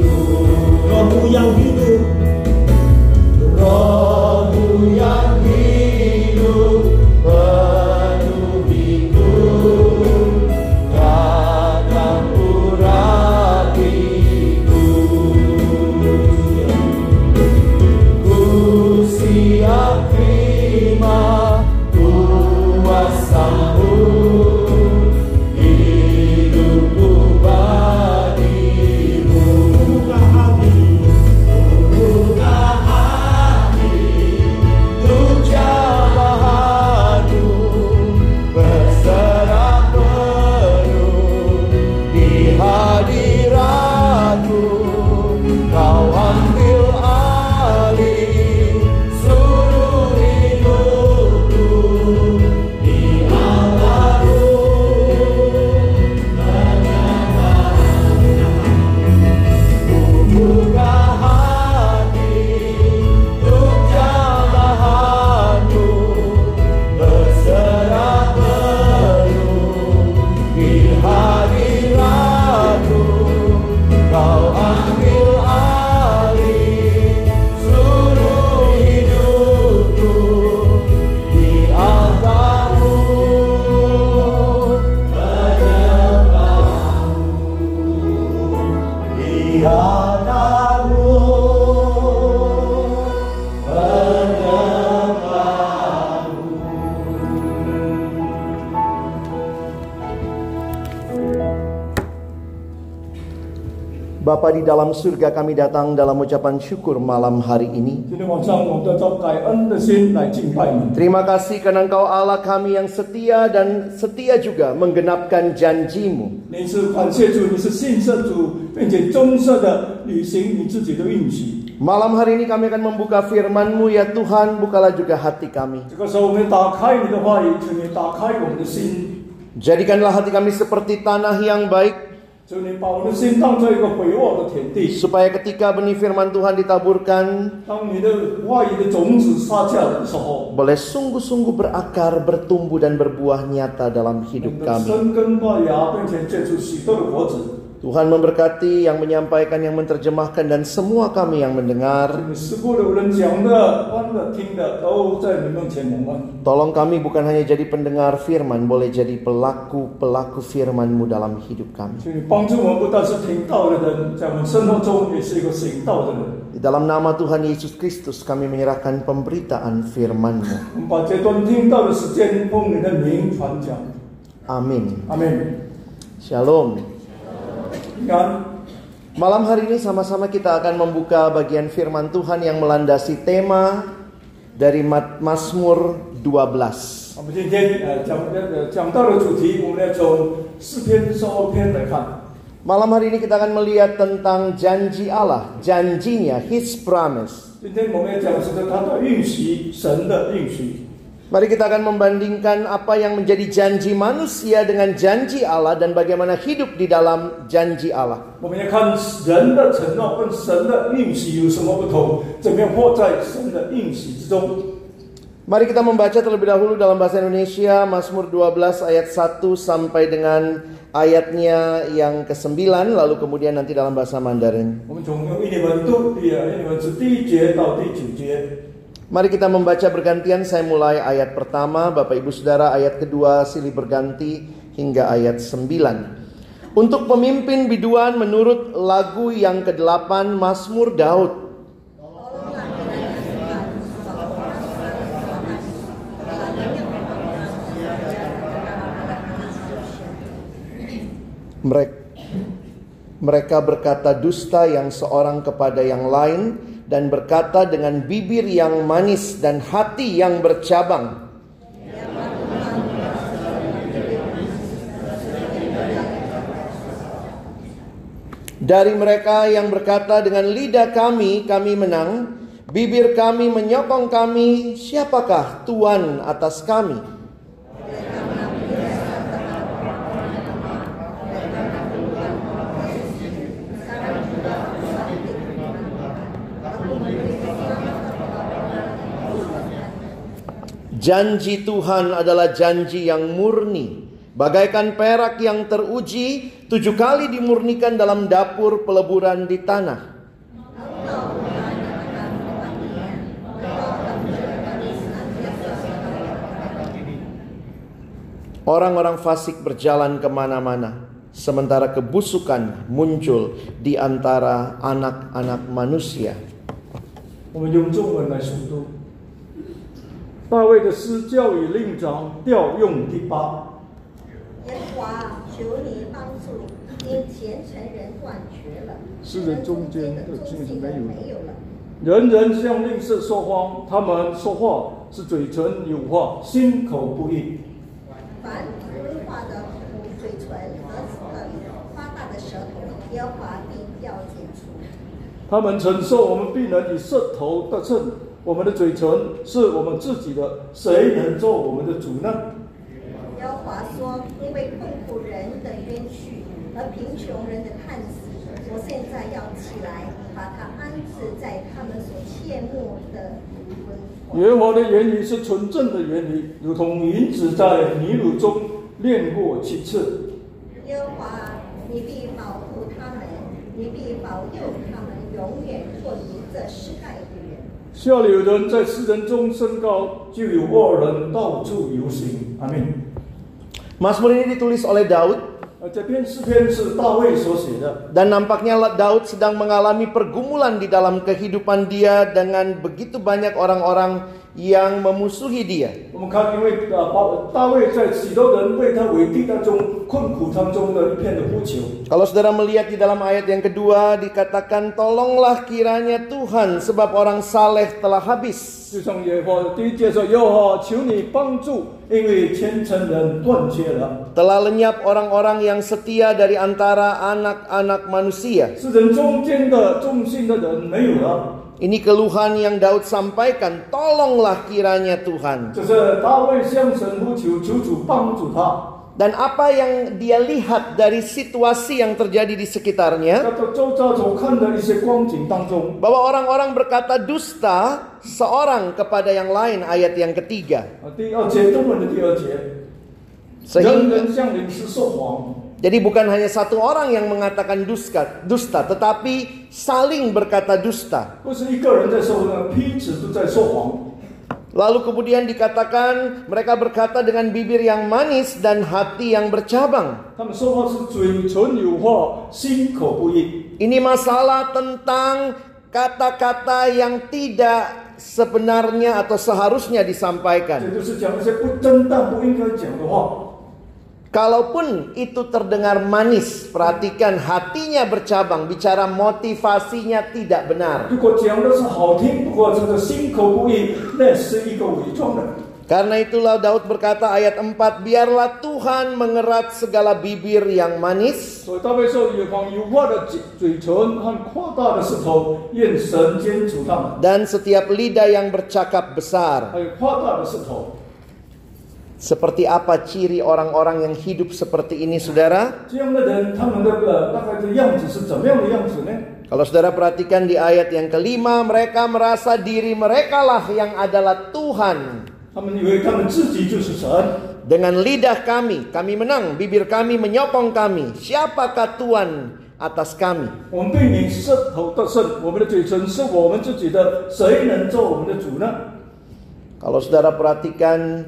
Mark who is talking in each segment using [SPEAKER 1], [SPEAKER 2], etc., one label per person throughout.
[SPEAKER 1] rohmu yang hidup rohmu yang hidup penuh hidup datang uratiku ku siap terima kuasamu hidupku bagimu buka hatimu buka hati untuk jawabanmu berserah penuh di hadiratmu kau ambil alih seluruh hidupku di alammu Buka hati untuk jalanmu Berserah penuh di hadiratmu Kau ambil alih seluruh hidupku Di altarmu menyembahmu di hadamu menyembahmu
[SPEAKER 2] Bapa di dalam surga kami datang dalam ucapan syukur malam hari ini
[SPEAKER 1] 今天晚上，我们带着感恩的心来敬拜你。
[SPEAKER 2] Terima kasih karena Engkau Allah kami yang setia dan setia juga menggenapkan janjimu.
[SPEAKER 1] 你是感谢主，你是信圣主，并且忠实的履行你自己的应许。
[SPEAKER 2] Malam hari ini kami akan membuka firman-Mu ya Tuhan, bukalah juga hati kami.
[SPEAKER 1] 这个时候，我们打开你的话语，求你打开我们的心，
[SPEAKER 2] Jadikanlah hati kami seperti tanah yang baik,
[SPEAKER 1] 求你把我们的心当做一个肥沃的田地。
[SPEAKER 2] supaya ketika benih firman Tuhan ditaburkan,
[SPEAKER 1] 当你的话语的种子撒下的时候，
[SPEAKER 2] boleh sungguh-sungguh berakar, bertumbuh dan berbuah nyata dalam
[SPEAKER 1] 你
[SPEAKER 2] hidup
[SPEAKER 1] 的
[SPEAKER 2] kami.
[SPEAKER 1] 生根发芽，并且结出许多的果子。
[SPEAKER 2] Tuhan memberkati yang menyampaikan, yang menerjemahkan dan semua kami yang mendengar.
[SPEAKER 1] 你师傅的无论讲的、观的、听的，都在你面前蒙恩。
[SPEAKER 2] Tolong kami bukan hanya jadi pendengar firman, boleh jadi pelaku-pelaku firman-Mu dalam hidup kami.
[SPEAKER 1] 所以帮助我们不但是听道的人，在我们生活中也是一个行道的人。
[SPEAKER 2] Di dalam nama Tuhan Yesus Kristus kami menyerahkan pemberitaan firman-Mu.
[SPEAKER 1] 我们把这段听到的时间奉你的名传讲，
[SPEAKER 2] Amin.
[SPEAKER 1] 阿门。
[SPEAKER 2] Shalom.
[SPEAKER 1] 平安。
[SPEAKER 2] Malam hari ini sama-sama kita akan membuka bagian firman Tuhan yang melandasi tema dari Mat- Mazmur 12.
[SPEAKER 1] 我们今天呃讲呃讲到的主题，我们要从四篇十二篇来看。
[SPEAKER 2] Malam hari ini kita akan melihat tentang janji Allah, janjinya, His promise.
[SPEAKER 1] 今天我们要讲的是他的应许，神的应许。
[SPEAKER 2] Mari kita akan membandingkan apa yang menjadi janji manusia dengan janji Allah dan bagaimana hidup di dalam janji Allah.
[SPEAKER 1] 我们要看人的承诺跟神的应许有什么不同，怎么样活在神的应许之中。
[SPEAKER 2] Mari kita membaca terlebih dahulu dalam bahasa Indonesia Mazmur 12 ayat 1 sampai dengan ayatnya yang ke-9 lalu kemudian nanti dalam bahasa Mandarin.
[SPEAKER 1] 我们从用一年文读第二年文是第一节到第九节。
[SPEAKER 2] Mari kita membaca bergantian saya mulai ayat pertama Bapak Ibu Saudara ayat kedua silih berganti hingga ayat 9. Untuk pemimpin biduan menurut lagu yang ke-8 Mazmur Daud. Mereka mereka berkata dusta yang seorang kepada yang lain dan berkata dengan bibir yang manis dan hati yang bercabang. Dari mereka yang berkata dengan lidah kami, kami menang. Bibir kami menyokong kami, siapakah Tuhan atas kami? Janji Tuhan adalah janji yang murni. Bagaikan perak yang teruji, tujuh kali dimurnikan dalam dapur peleburan di tanah. Orang-orang fasik berjalan kemana-mana, sementara kebusukan muncul di antara anak-anak manusia.
[SPEAKER 1] 我们用中文来诵读大卫的诗《教与令长》调用第八。
[SPEAKER 3] 耶和华，求你帮助，因虔诚人断绝了，
[SPEAKER 4] 世人中间的
[SPEAKER 3] 忠
[SPEAKER 4] 精
[SPEAKER 3] 信
[SPEAKER 4] 神没
[SPEAKER 3] 人
[SPEAKER 4] 有了
[SPEAKER 3] 没有了。
[SPEAKER 1] 人人向吝啬说谎，他们说话是嘴唇有话，心口不一。
[SPEAKER 3] 凡威化的嘴唇和等发大的舌头，耶和华必要剪除。
[SPEAKER 1] 他们承受我们必能以舌头得称，我们的嘴唇是我们自己的，谁能做我们的主呢？
[SPEAKER 3] 耶和华说：“因为困苦人的冤屈和贫穷人的叹息，我现在要起来，把他安置在他们所切慕的坟峦。”
[SPEAKER 1] 耶和华的言语是纯正的言语，如同银子在泥炉中炼过七次。
[SPEAKER 3] 耶和华，你必保护他们，你必保佑他们，永远脱离这世代的人。
[SPEAKER 1] 下流人在世人中升高，就有恶人到处游行。阿门。
[SPEAKER 2] Mazmur ini ditulis oleh Daud
[SPEAKER 1] 呃，这篇诗篇是大卫所写的，
[SPEAKER 2] dan nampaknya Daud sedang mengalami pergumulan di dalam kehidupan dia dengan begitu banyak orang-orang yang memusuhi dia.
[SPEAKER 1] 我们看，因为啊，保大卫在许多人为他为敌当中、困苦当中的一片的呼求。
[SPEAKER 2] Kalau saudara melihat di dalam ayat yang kedua dikatakan tolonglah kiranya Tuhan sebab orang saleh telah habis.
[SPEAKER 1] 就像耶和华第一节说：“耶和华，求你帮助，因为虔诚人断绝了，
[SPEAKER 2] Telah lenyap orang-orang yang setia dari antara anak-anak manusia.
[SPEAKER 1] 世人中间的忠信的人没有了。
[SPEAKER 2] Ini keluhan yang Daud sampaikan, tolonglah kiranya Tuhan. ”
[SPEAKER 1] 这是大卫向神呼求，求主帮助他。
[SPEAKER 2] Dan apa yang dia lihat dari situasi yang terjadi di sekitarnya
[SPEAKER 1] 在这周遭所看的一些光景当中，
[SPEAKER 2] bahwa orang-orang berkata dusta seorang kepada yang lain ayat yang ketiga.
[SPEAKER 1] 啊，第二节中文的第二节，人
[SPEAKER 2] Sehingga
[SPEAKER 1] 人向灵是说谎。
[SPEAKER 2] Jadi bukan hanya satu orang yang mengatakan dusta, dusta, tetapi saling berkata dusta.
[SPEAKER 1] 不是一个人在说谎，彼此都在说谎。
[SPEAKER 2] Lalu kemudian dikatakan mereka berkata dengan bibir yang manis dan hati yang bercabang.
[SPEAKER 1] 他们说话是嘴唇有话，心口不一。
[SPEAKER 2] Ini masalah tentang kata-kata yang tidak sebenarnya atau seharusnya
[SPEAKER 1] 这
[SPEAKER 2] disampaikan.
[SPEAKER 1] 就是讲一些不正当、不应该讲的话。
[SPEAKER 2] Kalaupun itu terdengar manis, perhatikan hatinya bercabang, bicara motivasinya tidak benar.
[SPEAKER 1] 如果讲的是好听，不过这个心口不一，那是一个伪装的。
[SPEAKER 2] Karena itulah Daud berkata ayat 4, biarlah Tuhan mengerat segala bibir yang manis
[SPEAKER 1] 所以大卫说：“有谎有话的嘴嘴唇和夸大的舌头，愿神监处他们。
[SPEAKER 2] dan setiap lidah yang bercakap ” besar.
[SPEAKER 1] 还有夸大的舌头，
[SPEAKER 2] Seperti apa ciri orang-orang yang hidup seperti ini saudara?
[SPEAKER 1] 这样的人，他们的呃大概的样子是怎么样的样子呢？
[SPEAKER 2] Kalau saudara perhatikan di ayat yang kelima, mereka merasa diri merekalah yang adalah Tuhan.
[SPEAKER 1] 他们以为他们自己就是神，
[SPEAKER 2] Dengan lidah kami, kami menang, bibir kami menyokong kami. Siapakah Tuhan atas kami?
[SPEAKER 1] 我们被你舌头得胜，我们的嘴唇是我们自己的，谁能做我们的主呢？
[SPEAKER 2] Kalau saudara perhatikan,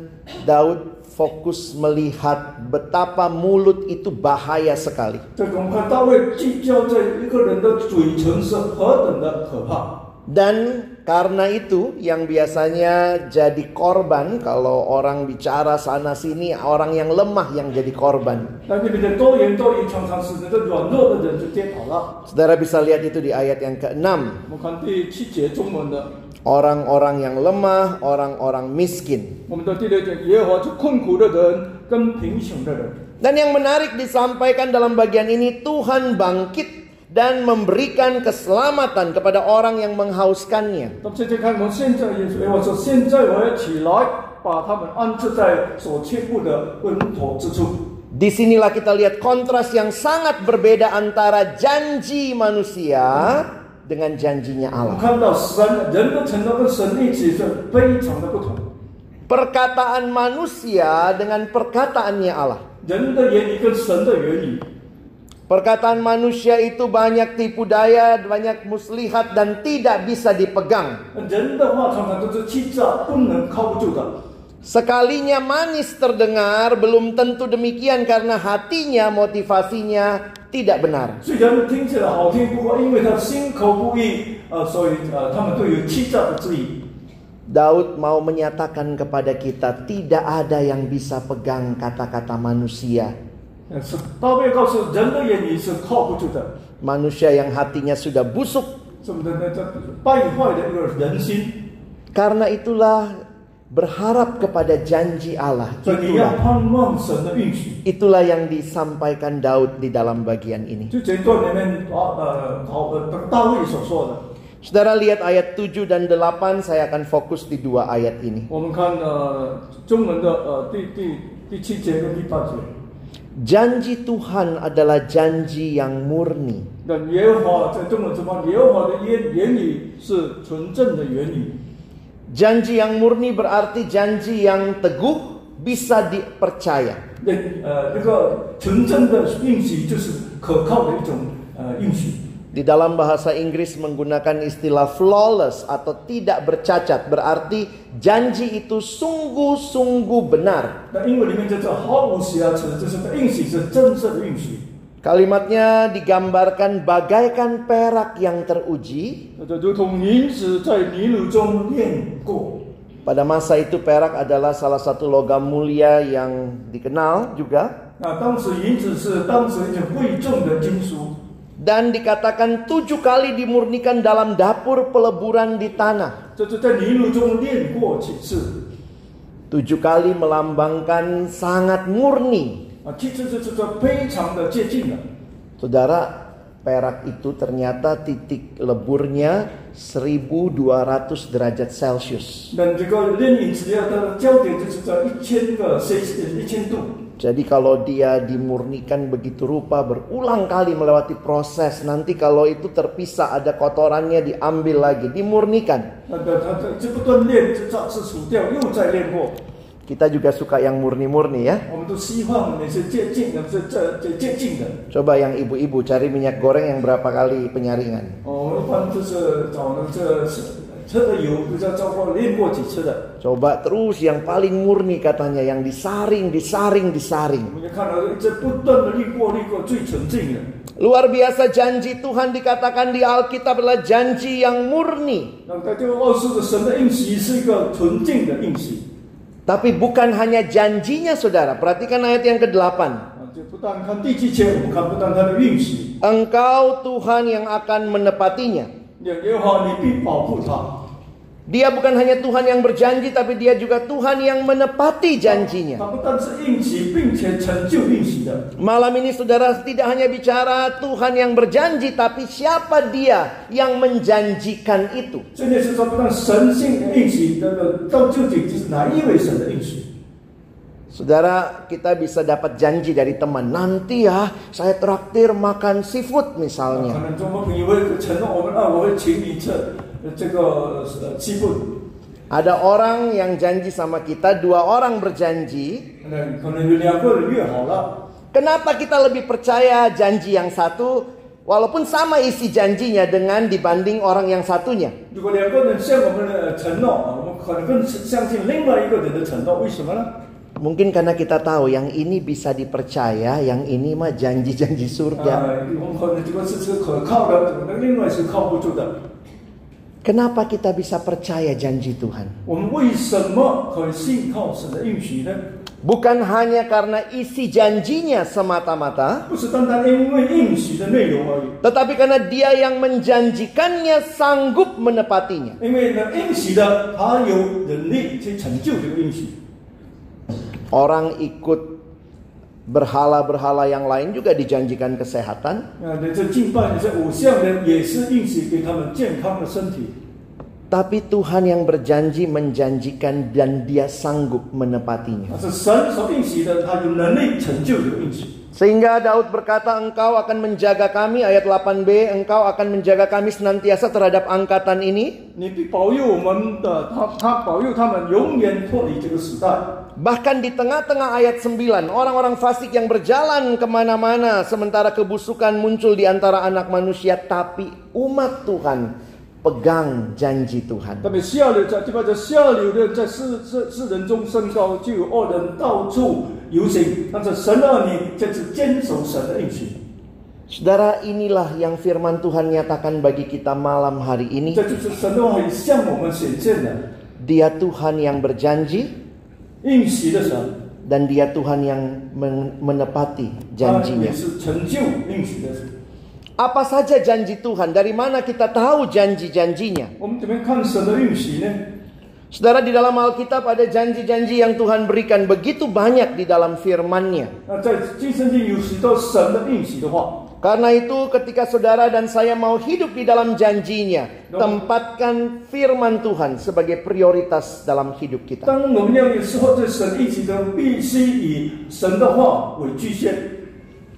[SPEAKER 2] Daud fokus melihat betapa mulut itu bahaya sekali.
[SPEAKER 1] 这个我们看大卫聚焦在一个人的嘴唇是何等的可怕，
[SPEAKER 2] Dan Karena itu yang biasanya jadi korban kalau orang bicara sana sini orang yang lemah yang jadi korban.
[SPEAKER 1] 那你们的多言多语常常使得这软弱的人就跌倒了。
[SPEAKER 2] Saudara bisa lihat itu di ayat yang ke-6.
[SPEAKER 1] 我们看第七节中文的，
[SPEAKER 2] Orang-orang yang lemah, orang-orang miskin.
[SPEAKER 1] 我们的第六节，耶和华就困苦的人跟贫穷的人。
[SPEAKER 2] Dan yang menarik disampaikan dalam bagian ini Tuhan bangkit dan memberikan keselamatan kepada orang yang menghauskannya.
[SPEAKER 1] 那么这就看我们现在耶稣，我说现在我要起来，把他们安置在所切布的稳妥之处。
[SPEAKER 2] Disinilah kita lihat kontras yang sangat berbeda antara janji manusia dengan janjinya Allah.
[SPEAKER 1] 我们看到神人的成长跟神一起是非常的不同，
[SPEAKER 2] Perkataan manusia dengan perkataannya Allah.
[SPEAKER 1] 人的言语跟神的言语，
[SPEAKER 2] Perkataan manusia itu banyak tipu daya, banyak muslihat dan tidak bisa dipegang.
[SPEAKER 1] 人的话常常都是欺诈，不能靠不住的。
[SPEAKER 2] Sekalinya manis terdengar, belum tentu demikian karena hatinya, motivasinya tidak benar.
[SPEAKER 1] 虽然听起来好听，不过因为他心口不一，呃，所以呃，他们都有欺诈的之意。
[SPEAKER 2] Daud mau menyatakan kepada kita, tidak ada yang bisa pegang kata-kata manusia.
[SPEAKER 1] 呃是大卫告诉人的言语是靠不住的，
[SPEAKER 2] Manusia yang hatinya sudah busuk.
[SPEAKER 1] 是不是？那这败坏的一个人心，
[SPEAKER 2] Karena itulah berharap kepada janji Allah.
[SPEAKER 1] 所以你要
[SPEAKER 2] Itulah,
[SPEAKER 1] 盼望神的应许。
[SPEAKER 2] itulah yang disampaikan Daud di dalam bagian ini.
[SPEAKER 1] 就这一段里面，啊呃，好呃，大卫所说的，
[SPEAKER 2] Saudara lihat ayat 7 dan 8, saya akan fokus di dua ayat ini.
[SPEAKER 1] 我们看呃中文的呃第第第七节跟第八节，
[SPEAKER 2] Janji Tuhan adalah janji yang murni.
[SPEAKER 1] 那耶和华在中文怎么？耶和华的言言语是纯正的言语，
[SPEAKER 2] Janji yang murni berarti janji yang teguh bisa dipercaya.
[SPEAKER 1] 那呃那个纯正的应许就是可靠的一种呃应许。
[SPEAKER 2] Di dalam bahasa Inggris menggunakan istilah flawless atau tidak bercacat berarti janji itu sungguh-sungguh benar.
[SPEAKER 1] 那英文里面叫做毫无瑕疵，就是应许是真正的应许，
[SPEAKER 2] Kalimatnya digambarkan bagaikan perak yang teruji.
[SPEAKER 1] 那就如同银子在泥炉中炼过。
[SPEAKER 2] Pada masa itu perak adalah salah satu logam mulia yang dikenal juga.
[SPEAKER 1] 那当时银子是当时一种贵重的金属，
[SPEAKER 2] dan dikatakan tujuh kali dimurnikan dalam dapur peleburan di tanah.
[SPEAKER 1] 这是在泥炉中炼过几次。
[SPEAKER 2] Tujuh kali melambangkan sangat murni.
[SPEAKER 1] 啊，其实这这个非常的接近了。
[SPEAKER 2] Saudara, perak itu ternyata titik leburnya 1200 derajat Celcius.
[SPEAKER 1] 那这个炼银只要它的焦点就是在一千个 C 一千度，
[SPEAKER 2] Jadi kalau dia dimurnikan begitu rupa berulang kali melewati proses, nanti kalau itu terpisah ada kotorannya diambil lagi, dimurnikan.
[SPEAKER 1] 那个它它这不断炼，这再次除掉，又再炼过。
[SPEAKER 2] Kita juga suka yang murni-murni ya.
[SPEAKER 1] 我们都希望每次接近的，这这这接近的。
[SPEAKER 2] Coba yang ibu-ibu cari minyak goreng yang berapa kali penyaringan.
[SPEAKER 1] 哦，我们一般就是找那这是车的油，不知道超过炼过几次的。
[SPEAKER 2] Coba terus yang paling murni katanya yang disaring, disaring,
[SPEAKER 1] 我
[SPEAKER 2] disaring.
[SPEAKER 1] 们就看到这不断的滤过、滤过最纯净的。
[SPEAKER 2] Luar biasa janji Tuhan dikatakan di Alkitab adalah janji yang murni.
[SPEAKER 1] 那它就二十的神的应许是一个纯净的应许。
[SPEAKER 2] Tapi bukan hanya janjinya saudara, perhatikan ayat yang ke-8.
[SPEAKER 1] 啊，就不但看第七节，我们看不但它的运气，
[SPEAKER 2] Engkau Tuhan yang akan menepatinya.
[SPEAKER 1] 也也好，你必保护它。
[SPEAKER 2] Dia bukan hanya Tuhan yang berjanji, tapi dia juga Tuhan yang menepati janjinya.
[SPEAKER 1] 它不但是运气，并且成就运气的。
[SPEAKER 2] Malam ini saudara tidak hanya bicara Tuhan yang berjanji, tapi siapa dia yang menjanjikan itu.
[SPEAKER 1] 这件事说，不但神性的运气，那个到究竟就是哪一位神的运气？
[SPEAKER 2] Saudara, kita bisa dapat janji dari teman. Nanti ya, saya traktir makan seafood
[SPEAKER 1] 可
[SPEAKER 2] misalnya.
[SPEAKER 1] 能中国朋友会承诺我们啊，我会请你吃呃这个呃西部。
[SPEAKER 2] Ada orang yang janji sama kita, dua orang berjanji.
[SPEAKER 1] 那可能有两个人约好了，
[SPEAKER 2] Kenapa kita lebih percaya janji yang satu walaupun sama isi janjinya dengan dibanding orang yang satunya?
[SPEAKER 1] 如果两个人向我们的承诺，啊我们可能更相信另外一个人的承诺，为什么呢？
[SPEAKER 2] Mungkin karena kita tahu yang ini bisa dipercaya, yang ini mah janji-janji
[SPEAKER 1] 啊
[SPEAKER 2] surga.
[SPEAKER 1] 呃，我们可能这个是是可靠的，可能另外是靠不住的。
[SPEAKER 2] Kenapa kita bisa percaya janji Tuhan?
[SPEAKER 1] 我们为什么可以信靠神的应许呢？
[SPEAKER 2] Bukan hanya karena isi janjinya semata-mata,
[SPEAKER 1] 不是单单因为应许的内容而已，
[SPEAKER 2] tetapi karena Dia yang menjanjikannya sanggup menepatinya.
[SPEAKER 1] 因为呢，应许的他有能力去成就这个应许。
[SPEAKER 2] Orang ikut berhala-berhala yang lain juga dijanjikan kesehatan,
[SPEAKER 1] 啊，你这敬拜这偶像呢，也是应许给他们健康的身体。
[SPEAKER 2] tapi Tuhan yang berjanji menjanjikan dan Dia sanggup menepatinya.
[SPEAKER 1] 但是神所应许的，他有能力成就这个应许。
[SPEAKER 2] Sehingga Daud berkata, "Engkau akan menjaga kami," ayat 8b, "Engkau akan menjaga kami senantiasa terhadap angkatan ini."
[SPEAKER 1] 你必保佑我们的，他他保佑他们永远脱离这个时代。
[SPEAKER 2] Bahkan di tengah-tengah ayat 9, orang-orang fasik yang berjalan kemana-mana sementara kebusukan muncul di antara anak manusia. Tapi umat Tuhan pegang janji Tuhan.
[SPEAKER 1] 特别下流在，就把这下流的人在世世世人中升高，就有恶人到处游行。但是神儿女这是坚守神的应许，
[SPEAKER 2] Saudara inilah yang firman Tuhan nyatakan bagi kita malam hari ini.
[SPEAKER 1] 这就是神的话语向我们显现的
[SPEAKER 2] Dia Tuhan yang berjanji
[SPEAKER 1] 应许的神，
[SPEAKER 2] dan dia Tuhan yang men- menepati
[SPEAKER 1] 他也
[SPEAKER 2] janjinya.
[SPEAKER 1] 是成就应许的神。
[SPEAKER 2] Apa saja janji Tuhan? Dari mana kita tahu janji-janjinya?
[SPEAKER 1] 我们怎么样看神的应许呢？
[SPEAKER 2] Saudara di dalam Alkitab ada janji-janji yang Tuhan berikan begitu banyak di dalam firman-Nya.
[SPEAKER 1] 那在新圣经有许多神的应许的话，
[SPEAKER 2] Karena itu ketika saudara dan saya mau hidup di dalam janjinya Tempatkan firman Tuhan sebagai prioritas dalam hidup kita
[SPEAKER 1] 当我们要有时候对神应许的，必须以神的话为局限。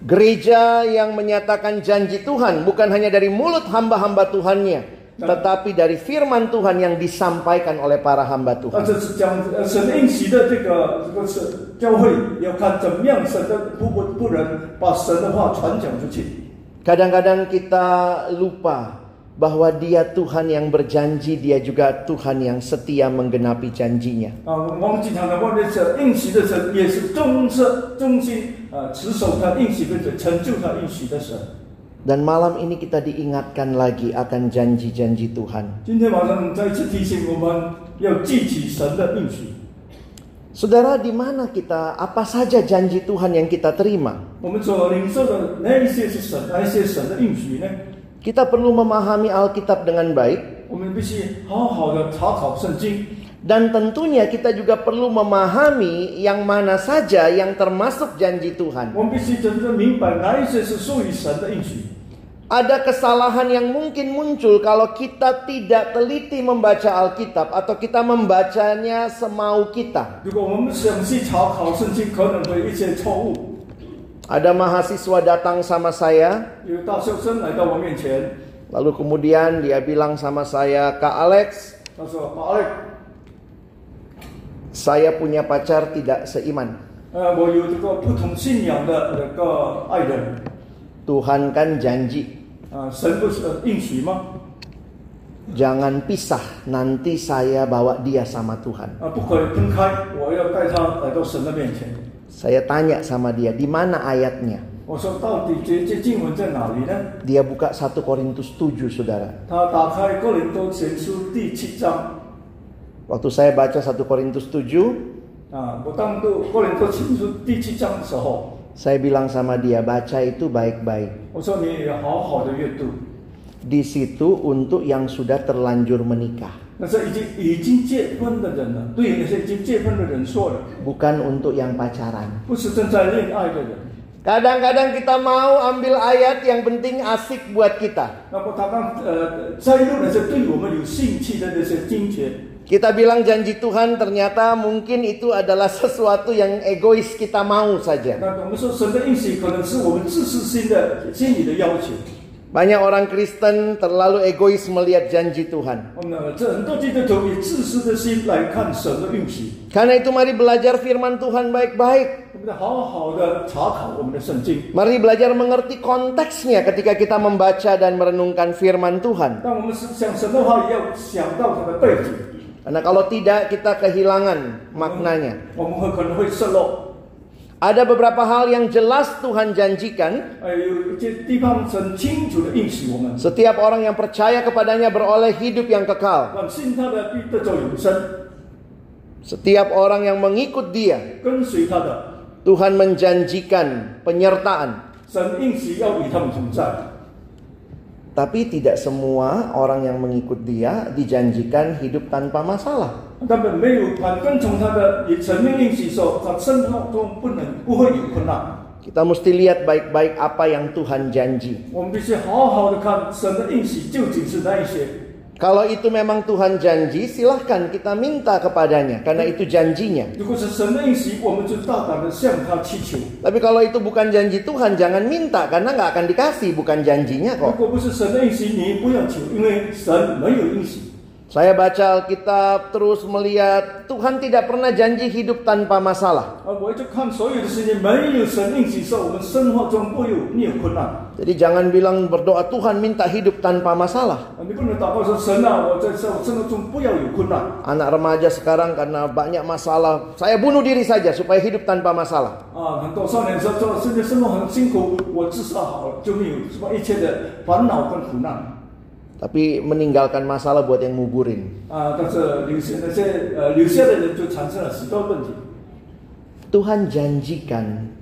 [SPEAKER 2] Gereja yang menyatakan janji Tuhan bukan hanya dari mulut hamba-hamba Tuhannya tetapi dari firman Tuhan yang disampaikan oleh para hamba
[SPEAKER 1] 那
[SPEAKER 2] Tuhan.
[SPEAKER 1] 这是讲呃神应许的这个这个是教会要看怎么样神的不不不能把神的话传讲出去。
[SPEAKER 2] Kadang-kadang kita lupa bahwa Dia Tuhan yang berjanji, Dia juga Tuhan yang setia menggenapi janjinya.
[SPEAKER 1] 啊，我们经常的问题是应许的神也是忠是忠心啊，持守他应许的神，成就他应许的神。
[SPEAKER 2] Dan malam ini kita diingatkan lagi akan janji-janji Tuhan.
[SPEAKER 1] 今天晚上再次提醒我们要记起神的应许。
[SPEAKER 2] Saudara, di mana kita? Apa saja janji Tuhan yang kita terima?
[SPEAKER 1] 我们所领受的那一些是神，那一些神的应许呢？
[SPEAKER 2] Kita perlu memahami Alkitab dengan baik
[SPEAKER 1] 我们必须好好的查考圣经，
[SPEAKER 2] dan tentunya kita juga perlu memahami yang mana saja yang termasuk janji Tuhan.
[SPEAKER 1] 我们必须真正明白哪一些是属于神的应许。
[SPEAKER 2] Ada kesalahan yang mungkin muncul kalau kita tidak teliti membaca Alkitab atau kita membacanya semau kita.
[SPEAKER 1] 如果我们详细查考圣经，可能会一些错误。
[SPEAKER 2] Ada mahasiswa datang sama saya,
[SPEAKER 1] 有大学生来到我面前，
[SPEAKER 2] lalu kemudian dia bilang sama saya, "Kak Alex,
[SPEAKER 1] 他说：“马来，
[SPEAKER 2] saya punya pacar tidak seiman."
[SPEAKER 1] 呃，我有这个不同信仰的那个爱人，
[SPEAKER 2] Tuhan kan janji
[SPEAKER 1] 啊、神不是应许吗？
[SPEAKER 2] Jangan pisah, nanti saya bawa dia sama Tuhan.
[SPEAKER 1] 啊、不可以分开，我要带他来到神的面前。
[SPEAKER 2] Saya tanya sama dia, di mana ayatnya?
[SPEAKER 1] 我说，到底这这经文在哪里呢？
[SPEAKER 2] Dia buka 1 Korintus 7, Saudara.
[SPEAKER 1] 他打开哥林多前书第七章，啊、
[SPEAKER 2] Waktu saya baca 1 Korintus 7,
[SPEAKER 1] 啊我当读哥林多前书第七章的时候，
[SPEAKER 2] saya bilang sama dia, baca itu baik-baik.
[SPEAKER 1] 我说你好好的阅读，
[SPEAKER 2] Di situ untuk yang sudah terlanjur menikah,
[SPEAKER 1] 那是已经已经结婚的人了，对那些已经结婚的人说了。
[SPEAKER 2] bukan untuk yang pacaran.
[SPEAKER 1] 不是正在恋爱的人。
[SPEAKER 2] Kadang-kadang kita mau ambil ayat yang penting asik buat kita.
[SPEAKER 1] 那么他刚呃摘录那些对我们有兴趣的那些经节，
[SPEAKER 2] Kita bilang janji Tuhan ternyata mungkin itu adalah sesuatu yang egois kita mau saja.
[SPEAKER 1] 那我们说神的应许可能是我们自私心的心理的要求。
[SPEAKER 2] Banyak orang Kristen terlalu egois melihat janji Tuhan.
[SPEAKER 1] 我们这很多基督徒以自私的心来看神的应许，
[SPEAKER 2] Karena itu mari belajar firman Tuhan baik-baik.
[SPEAKER 1] 我们得好好的查考我们的圣经。
[SPEAKER 2] Mari belajar mengerti konteksnya ketika kita membaca dan merenungkan firman Tuhan.
[SPEAKER 1] 当我们是想神的话，也要想到它的背景，
[SPEAKER 2] Karena kalau tidak kita kehilangan maknanya.
[SPEAKER 1] 我们会可能会失落。
[SPEAKER 2] Ada beberapa hal yang jelas Tuhan janjikan.
[SPEAKER 1] 呃，有这地方很清楚的应许我们，
[SPEAKER 2] Setiap orang yang percaya kepadanya beroleh hidup yang kekal.
[SPEAKER 1] 让信他的必得着永生，
[SPEAKER 2] Setiap orang yang mengikut dia,
[SPEAKER 1] 跟随他的
[SPEAKER 2] Tuhan menjanjikan penyertaan.
[SPEAKER 1] 神应许要与他们同在。
[SPEAKER 2] Tapi tidak semua orang yang mengikut dia dijanjikan hidup tanpa masalah.
[SPEAKER 1] 他们没有反跟从他的，也承认应许说，他生活中不能不会有困难。
[SPEAKER 2] Kita mesti lihat baik-baik apa yang Tuhan janji.
[SPEAKER 1] 我们必须好好的看神的应许究竟是哪一些。
[SPEAKER 2] Kalau itu memang Tuhan janji, silahkan kita minta kepadanya karena itu janjinya.
[SPEAKER 1] 如果是神的应许，我们就大胆的向他祈求；
[SPEAKER 2] Tapi kalau itu bukan janji Tuhan, jangan minta karena nggak akan dikasih, bukan janjinya
[SPEAKER 1] 如
[SPEAKER 2] kok.
[SPEAKER 1] 果不是神的应许，你不要求，因为神没有应许。
[SPEAKER 2] Saya baca Alkitab terus melihat Tuhan tidak pernah janji hidup tanpa masalah.
[SPEAKER 1] 啊，我就看所有的事情，没有神应许说我们生活中不会有你有困难。啊，
[SPEAKER 2] Jadi jangan bilang berdoa Tuhan minta hidup tanpa masalah.
[SPEAKER 1] 你不能祷告说神啊，我在生生活中不要有困难。
[SPEAKER 2] Anak remaja sekarang karena banyak masalah, saya bunuh diri saja supaya hidup tanpa masalah.
[SPEAKER 1] 啊，很多少年说说现在生活很辛苦，我自杀好了，就没有什么一切的烦恼跟苦难。
[SPEAKER 2] Tapi meninggalkan masalah buat yang nguburin.
[SPEAKER 1] 啊，但是留下那些呃留下的人就产生了许多问题。
[SPEAKER 2] Tuhan janjikan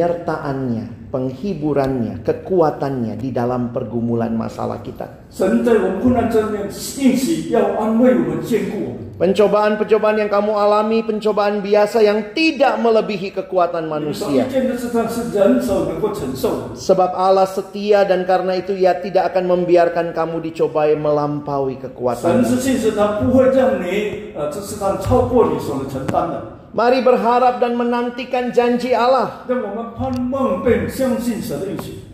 [SPEAKER 2] penyertaannya, penghiburannya, kekuatannya di dalam pergumulan masalah kita.
[SPEAKER 1] 神在我们困难中面应许要安慰我们、坚固我们。
[SPEAKER 2] Pencobaan-pencobaan yang kamu alami, pencobaan biasa yang tidak melebihi kekuatan
[SPEAKER 1] 你们所遇
[SPEAKER 2] manusia.
[SPEAKER 1] 见的事上是人手能够承受的。
[SPEAKER 2] Sebab Allah setia dan karena itu ia tidak akan membiarkan kamu dicobai melampaui
[SPEAKER 1] 神
[SPEAKER 2] kekuatanmu.
[SPEAKER 1] 是信实，他不会让你呃这是他超过你所能承担的。
[SPEAKER 2] Mari berharap dan menantikan janji Allah.
[SPEAKER 1] 让我们盼望并相信神的应许。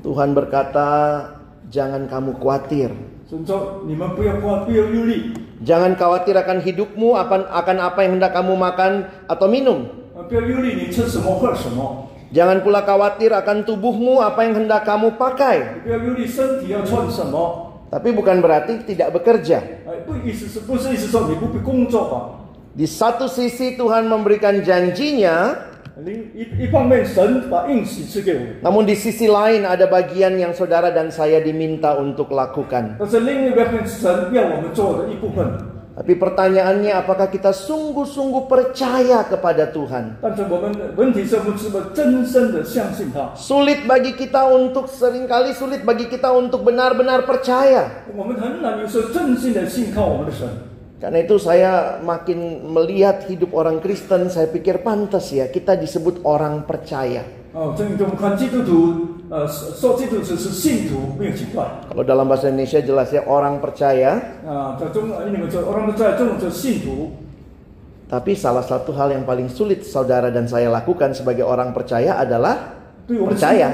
[SPEAKER 2] Tuhan berkata, jangan kamu khawatir.
[SPEAKER 1] 神说：“你们不要慌，不要忧虑，
[SPEAKER 2] Jangan khawatir akan hidupmu, akan, akan apa yang hendak kamu makan atau minum.
[SPEAKER 1] 呃，不要忧虑，你吃什么喝什么。”
[SPEAKER 2] Jangan pula khawatir akan tubuhmu, apa yang hendak kamu pakai.
[SPEAKER 1] 不要忧虑身体要穿什么，
[SPEAKER 2] Tapi bukan berarti tidak bekerja.
[SPEAKER 1] 哎，不意思是不是意思说你不必工作吧？
[SPEAKER 2] Di satu sisi Tuhan memberikan janjinya,
[SPEAKER 1] 另一一方面，神把应许赐给我们，
[SPEAKER 2] namun di sisi lain ada bagian yang saudara dan saya diminta untuk lakukan.
[SPEAKER 1] 但是另一方面，神要我们做的一部分。
[SPEAKER 2] Tapi pertanyaannya apakah kita sungguh-sungguh percaya kepada Tuhan?
[SPEAKER 1] 但是我们问题是我们是不是真正的相信他？
[SPEAKER 2] Sulit bagi kita untuk seringkali sulit bagi kita untuk benar-benar percaya.
[SPEAKER 1] 我们很难有时候真心的信靠我们的神。
[SPEAKER 2] Karena itu saya makin melihat hidup orang Kristen, saya pikir pantas ya kita disebut orang percaya.
[SPEAKER 1] 哦，这个我们看基督徒，呃，说基督徒是信徒，没有奇怪。
[SPEAKER 2] Kalau dalam bahasa Indonesia jelasnya orang percaya,
[SPEAKER 1] 啊，在中国，你们说，我们在中国叫信徒，
[SPEAKER 2] Tapi salah satu hal yang paling sulit saudara dan saya lakukan sebagai orang percaya adalah
[SPEAKER 1] 对我们信
[SPEAKER 2] percaya.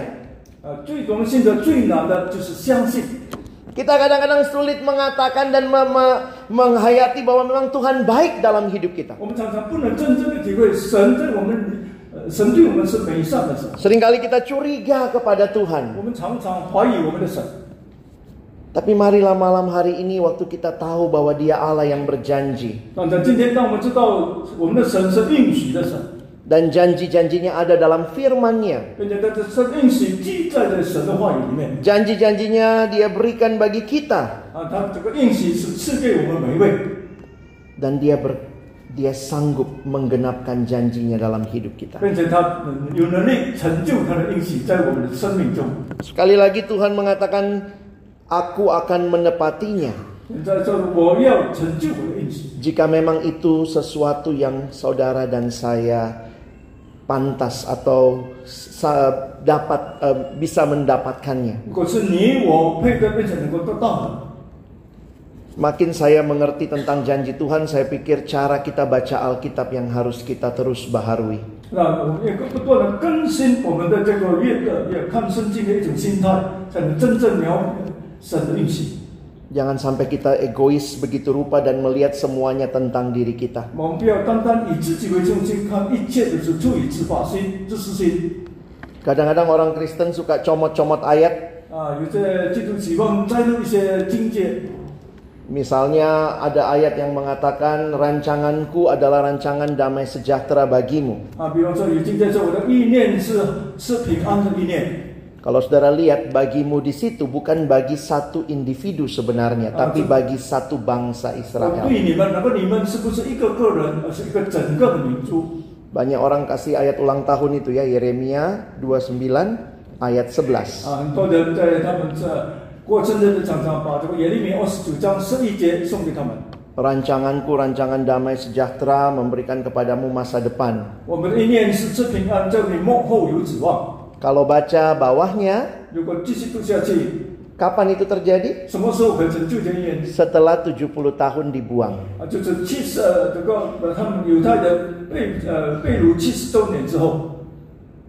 [SPEAKER 1] 呃，最我们信的最难的就是相信。
[SPEAKER 2] Kita kadang-kadang sulit mengatakan dan me- me- menghayati bahwa memang Tuhan baik dalam hidup kita.
[SPEAKER 1] 我们常常不能真正的体会神对我们，呃，神对我们是美善的神。
[SPEAKER 2] Seringkali kita curiga kepada Tuhan.
[SPEAKER 1] 我们常常怀疑我们的神，
[SPEAKER 2] Tapi marilah malam hari ini waktu kita tahu bahwa dia Allah yang berjanji.
[SPEAKER 1] 但在今天，当我们知道我们的神是应许的神，
[SPEAKER 2] Dan janji-janjinya ada dalam firmannya.
[SPEAKER 1] 并且在这神应许记载在神的话语里面
[SPEAKER 2] Janji-janjinya dia berikan bagi kita.
[SPEAKER 1] 啊，他这个应许是赐给我们每一位，
[SPEAKER 2] Dan dia ber- dia sanggup menggenapkan janjinya dalam hidup kita.
[SPEAKER 1] 并且他嗯有能力成就他的应许在我们的生命中。
[SPEAKER 2] Sekali lagi Tuhan mengatakan, aku akan menepatinya
[SPEAKER 1] 现在说我要成就我的应许，
[SPEAKER 2] jika memang itu sesuatu yang saudara dan saya pantas atau sa- dapat eh, bisa mendapatkannya.
[SPEAKER 1] 如果是你我配得，并且能够得到的。
[SPEAKER 2] Makin saya mengerti tentang janji Tuhan, saya pikir cara kita baca Alkitab yang harus kita terus baharui.
[SPEAKER 1] 那我们也不断的更新我们的这个阅的也看圣经的一种心态，才能真正描神的运行。
[SPEAKER 2] Jangan sampai kita egois begitu rupa dan melihat semuanya tentang diri kita.
[SPEAKER 1] 我们不要单单以自己为中心，看一切都是出于自发心、自私心。
[SPEAKER 2] Kadang-kadang orang Kristen
[SPEAKER 1] 啊
[SPEAKER 2] suka comot-comot ayat,
[SPEAKER 1] 啊，有些基督徒喜欢摘录一些境界，
[SPEAKER 2] Misalnya ada ayat yang mengatakan rancanganku adalah rancangan damai sejahtera bagimu.
[SPEAKER 1] 啊，比方说你今天说我的意念是是平安的意念，
[SPEAKER 2] Kalau saudara lihat bagimu di situ bukan bagi satu individu sebenarnya,
[SPEAKER 1] Ah,
[SPEAKER 2] tapi
[SPEAKER 1] betul.
[SPEAKER 2] bagi satu bangsa
[SPEAKER 1] 我
[SPEAKER 2] Israel.
[SPEAKER 1] 对你们，那么你们是不是一个个人，而是一个整个的民族？
[SPEAKER 2] Banyak orang kasih ayat ulang tahun itu ya, Yeremia 29 ayat 11.
[SPEAKER 1] 啊，很多人在他们这过生日的常常把这个耶利米二十九章十一节送给他们。
[SPEAKER 2] Rancanganku, rancangan damai sejahtera memberikan kepadamu masa depan.
[SPEAKER 1] 我们的意念是这平安，叫你幕后有指望。
[SPEAKER 2] Kalau baca bawahnya,
[SPEAKER 1] 如果继续读下去，
[SPEAKER 2] kapan itu terjadi?
[SPEAKER 1] 什么时候可以成就这一念？
[SPEAKER 2] Setelah 70 tahun dibuang.
[SPEAKER 1] 啊，就是七十呃这个呃他们犹太人被呃被掳七十周年之后，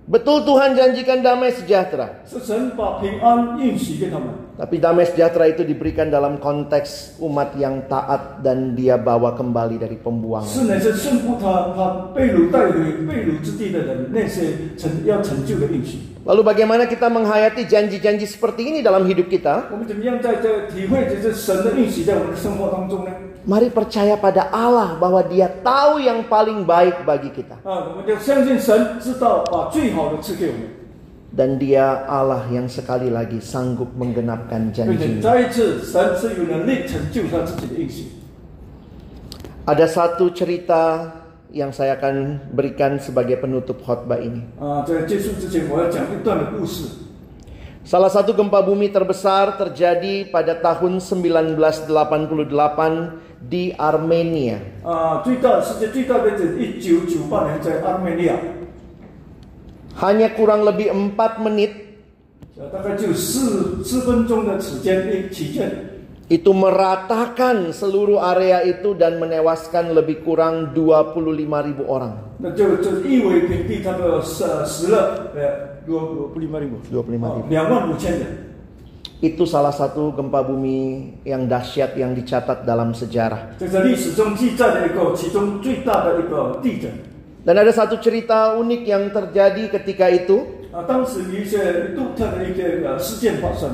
[SPEAKER 2] Betul Tuhan janjikan damai sejahtera.
[SPEAKER 1] 是神把平安应许给他们。
[SPEAKER 2] Tapi damai sejahtera itu diberikan dalam konteks umat yang taat dan dia bawa kembali dari
[SPEAKER 1] 是
[SPEAKER 2] pembuangan.
[SPEAKER 1] 乃是顺服他，他被掳带回被掳之地的人，那些成要成就的应许。
[SPEAKER 2] Lalu bagaimana kita menghayati janji-janji seperti ini dalam hidup kita?
[SPEAKER 1] 我们怎么样在这体会这是神的应许在我们的生活当中呢？
[SPEAKER 2] Mari percaya pada Allah bahwa dia tahu yang paling baik bagi kita.
[SPEAKER 1] 啊，我们就相信神知道把最好的赐给我们，
[SPEAKER 2] Dan dia Allah yang sekali lagi sanggup menggenapkan
[SPEAKER 1] 并且
[SPEAKER 2] janjinya.
[SPEAKER 1] 再一次，神是有能力成就他自己的应许。
[SPEAKER 2] Ada satu cerita yang saya akan berikan sebagai penutup khotbah ini.
[SPEAKER 1] 啊，在结束之前，我要讲一段的故事。
[SPEAKER 2] Salah satu gempa bumi terbesar terjadi pada tahun 1988 di Armenia.
[SPEAKER 1] 啊，最大世界最大的这一九九八年在阿美尼亚，啊
[SPEAKER 2] Hanya kurang lebih 4 menit
[SPEAKER 1] 呃，大概就四四分钟的时间一起见，
[SPEAKER 2] itu meratakan seluruh area itu dan menewaskan lebih kurang 25 ribu orang.
[SPEAKER 1] 那就就一为平地，他的死死了，呃，有有
[SPEAKER 2] 25 ribu.
[SPEAKER 1] 两万五千人，
[SPEAKER 2] Itu salah satu gempa bumi yang dahsyat yang dicatat dalam sejarah.
[SPEAKER 1] 这是历史中记载的一个其中最大的一个地震。
[SPEAKER 2] Dan ada satu cerita unik yang terjadi ketika itu.
[SPEAKER 1] 啊，当时有一些独特的一些呃事件发生。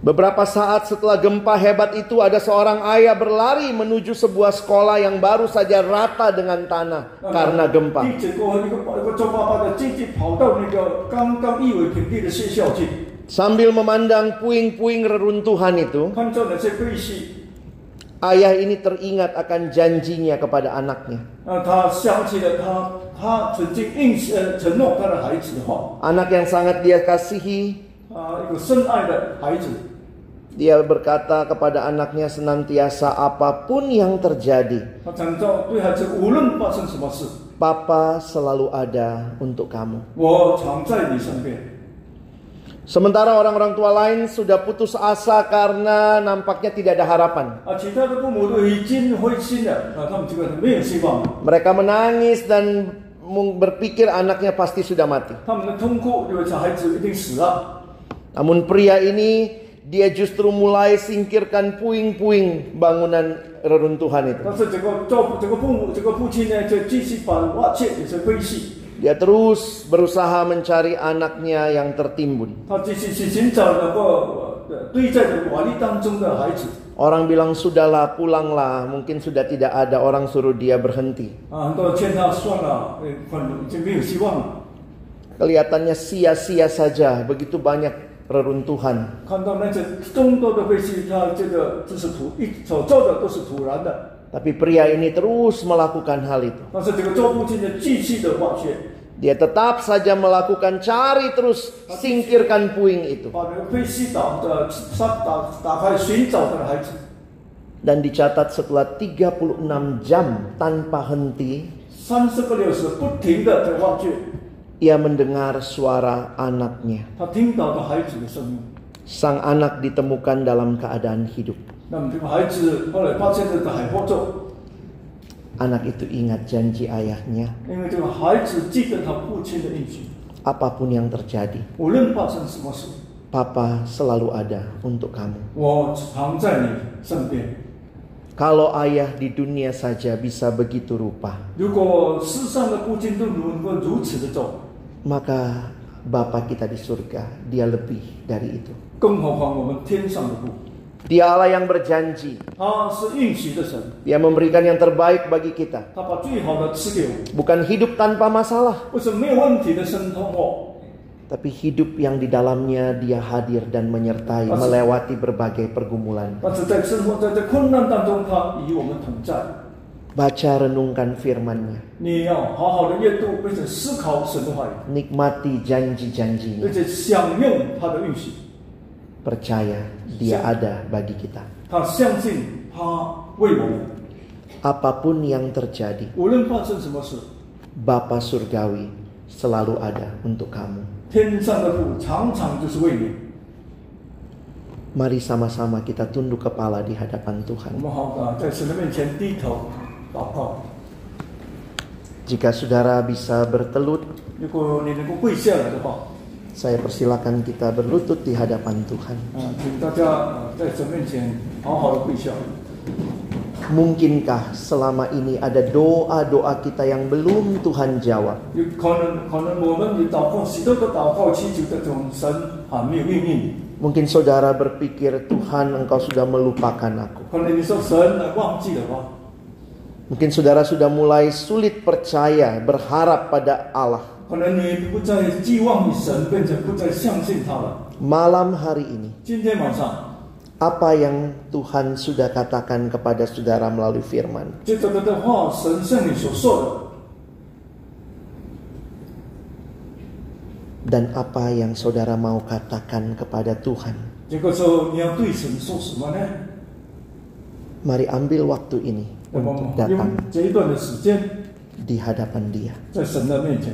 [SPEAKER 2] Beberapa saat setelah gempa hebat itu ada seorang ayah berlari menuju sebuah sekolah yang baru saja rata dengan tanah
[SPEAKER 1] 那
[SPEAKER 2] karena
[SPEAKER 1] 地
[SPEAKER 2] gempa.
[SPEAKER 1] 震过后，啊那个那个周爸爸的弟弟跑到那个刚刚夷为平地的学校去，
[SPEAKER 2] Sambil memandang puing-puing reruntuhan itu,
[SPEAKER 1] 看到那些废墟，
[SPEAKER 2] ayah ini teringat akan janjinya kepada anaknya.
[SPEAKER 1] 啊，他想起了他他曾经应许呃承诺他的孩子的话，
[SPEAKER 2] Anak yang sangat dia kasihi,
[SPEAKER 1] 啊，一个深爱的孩子，
[SPEAKER 2] dia berkata kepada anaknya senantiasa apapun yang terjadi,
[SPEAKER 1] 他讲到对孩子无论发生什么事，
[SPEAKER 2] papa selalu ada untuk kamu.
[SPEAKER 1] 我常在你身边。
[SPEAKER 2] Sementara orang-orang tua lain sudah putus asa karena nampaknya tidak ada harapan.
[SPEAKER 1] 啊，其他的父母都已经灰心了，啊，他们这个人没有希望了，
[SPEAKER 2] Mereka menangis dan mung- berpikir anaknya pasti sudah mati.
[SPEAKER 1] 他们的痛苦因为小孩子一定死了。
[SPEAKER 2] Namun pria ini dia justru mulai singkirkan puing-puing bangunan reruntuhan itu.
[SPEAKER 1] 但是这个做这个父母这个父亲呢，就继续把挖掘这些废墟，
[SPEAKER 2] Dia terus berusaha mencari anaknya yang tertimbun.
[SPEAKER 1] 他继续去寻找那个呃堆在这个瓦砾当中的孩子
[SPEAKER 2] Orang bilang sudahlah pulanglah, mungkin sudah tidak ada orang suruh dia berhenti.
[SPEAKER 1] 啊，很多人劝他算了，呃，反正已经没有希望了。
[SPEAKER 2] Kelihatannya sia-sia saja, begitu banyak reruntuhan.
[SPEAKER 1] 看到那些众多的废墟，他这个这是土一所做的都是突然的，
[SPEAKER 2] Tapi pria ini terus melakukan hal itu.
[SPEAKER 1] 但是这个做父亲的继续的挖掘，
[SPEAKER 2] Dia tetap saja melakukan cari terus singkirkan puing itu.
[SPEAKER 1] 把那个废墟打的打打打开寻找他的孩子。
[SPEAKER 2] Dan dicatat setelah 36 jam tanpa henti,
[SPEAKER 1] 三十个六十不停的在挖掘，
[SPEAKER 2] ia mendengar suara anaknya.
[SPEAKER 1] 他听到的孩子的声音。
[SPEAKER 2] Sang anak ditemukan dalam keadaan hidup.
[SPEAKER 1] 那么这个孩子后来发现这个海波咒，
[SPEAKER 2] Anak itu ingat janji ayahnya,
[SPEAKER 1] 因为这个孩子记得他父亲的应许，
[SPEAKER 2] apapun yang terjadi,
[SPEAKER 1] 无论发生什么事，
[SPEAKER 2] papa selalu ada untuk kamu.
[SPEAKER 1] 我常在你身边。
[SPEAKER 2] Kalau ayah di dunia saja bisa begitu rupa,
[SPEAKER 1] 如果世上的父亲都能够如此的做，
[SPEAKER 2] maka Bapa kita di surga, dia lebih dari itu.
[SPEAKER 1] 更何况我们天上的父。
[SPEAKER 2] Dia Allah yang berjanji.
[SPEAKER 1] 他是应许的神，
[SPEAKER 2] Dia memberikan yang terbaik bagi kita.
[SPEAKER 1] 他把最好的赐给我们，
[SPEAKER 2] Bukan hidup tanpa masalah,
[SPEAKER 1] 不是没有问题的生活，
[SPEAKER 2] tapi hidup yang di dalamnya dia hadir dan menyertai
[SPEAKER 1] Maksud-
[SPEAKER 2] melewati berbagai pergumulan.
[SPEAKER 1] 但是在生活在这困难当中，他与我们同在。
[SPEAKER 2] Baca renungkan firman-Nya,
[SPEAKER 1] 你要好好的阅读，并且思考神的话语，
[SPEAKER 2] nikmati
[SPEAKER 1] 并
[SPEAKER 2] janji-janjinya,
[SPEAKER 1] 且享用他的运行。
[SPEAKER 2] percaya dia ada bagi kita.
[SPEAKER 1] 他相信他为我们，
[SPEAKER 2] Apapun yang terjadi,
[SPEAKER 1] 无论发生什么事，
[SPEAKER 2] Bapa surgawi selalu ada untuk kamu.
[SPEAKER 1] 天上的父常常就是为你。
[SPEAKER 2] Mari sama-sama kita tunduk kepala di hadapan
[SPEAKER 1] 我
[SPEAKER 2] Tuhan.
[SPEAKER 1] 们好啊，在神的面前低头祷告。
[SPEAKER 2] Jika saudara bisa bertelut,
[SPEAKER 1] 如果你能够跪下来的话，
[SPEAKER 2] saya persilakan kita berlutut di hadapan Tuhan.
[SPEAKER 1] 啊，请大家啊在神面前好好的跪下。
[SPEAKER 2] Mungkinkah selama ini ada doa-doa kita yang belum Tuhan jawab?
[SPEAKER 1] 有可能，可能我们有祷告，许多的祷告祈求这种神还没有应允。
[SPEAKER 2] Mungkin saudara berpikir, Tuhan engkau sudah melupakan aku.
[SPEAKER 1] 可能你说神啊忘记了吧？
[SPEAKER 2] Mungkin saudara sudah mulai sulit percaya, berharap pada Allah.
[SPEAKER 1] 可能你不再寄望于神，并且不再相信他了。
[SPEAKER 2] Malam hari ini,
[SPEAKER 1] 今天晚上，
[SPEAKER 2] apa yang Tuhan sudah katakan kepada saudara melalui firman?
[SPEAKER 1] 接着他的话，神向你所说
[SPEAKER 2] Dan apa yang saudara mau katakan kepada Tuhan?
[SPEAKER 1] 的，这个时候你要对神说什么呢？
[SPEAKER 2] Mari ambil waktu ini
[SPEAKER 1] 那么我
[SPEAKER 2] untuk
[SPEAKER 1] 们用
[SPEAKER 2] datang
[SPEAKER 1] 这一段的时间，
[SPEAKER 2] di hadapan Dia.
[SPEAKER 1] 在神的面前，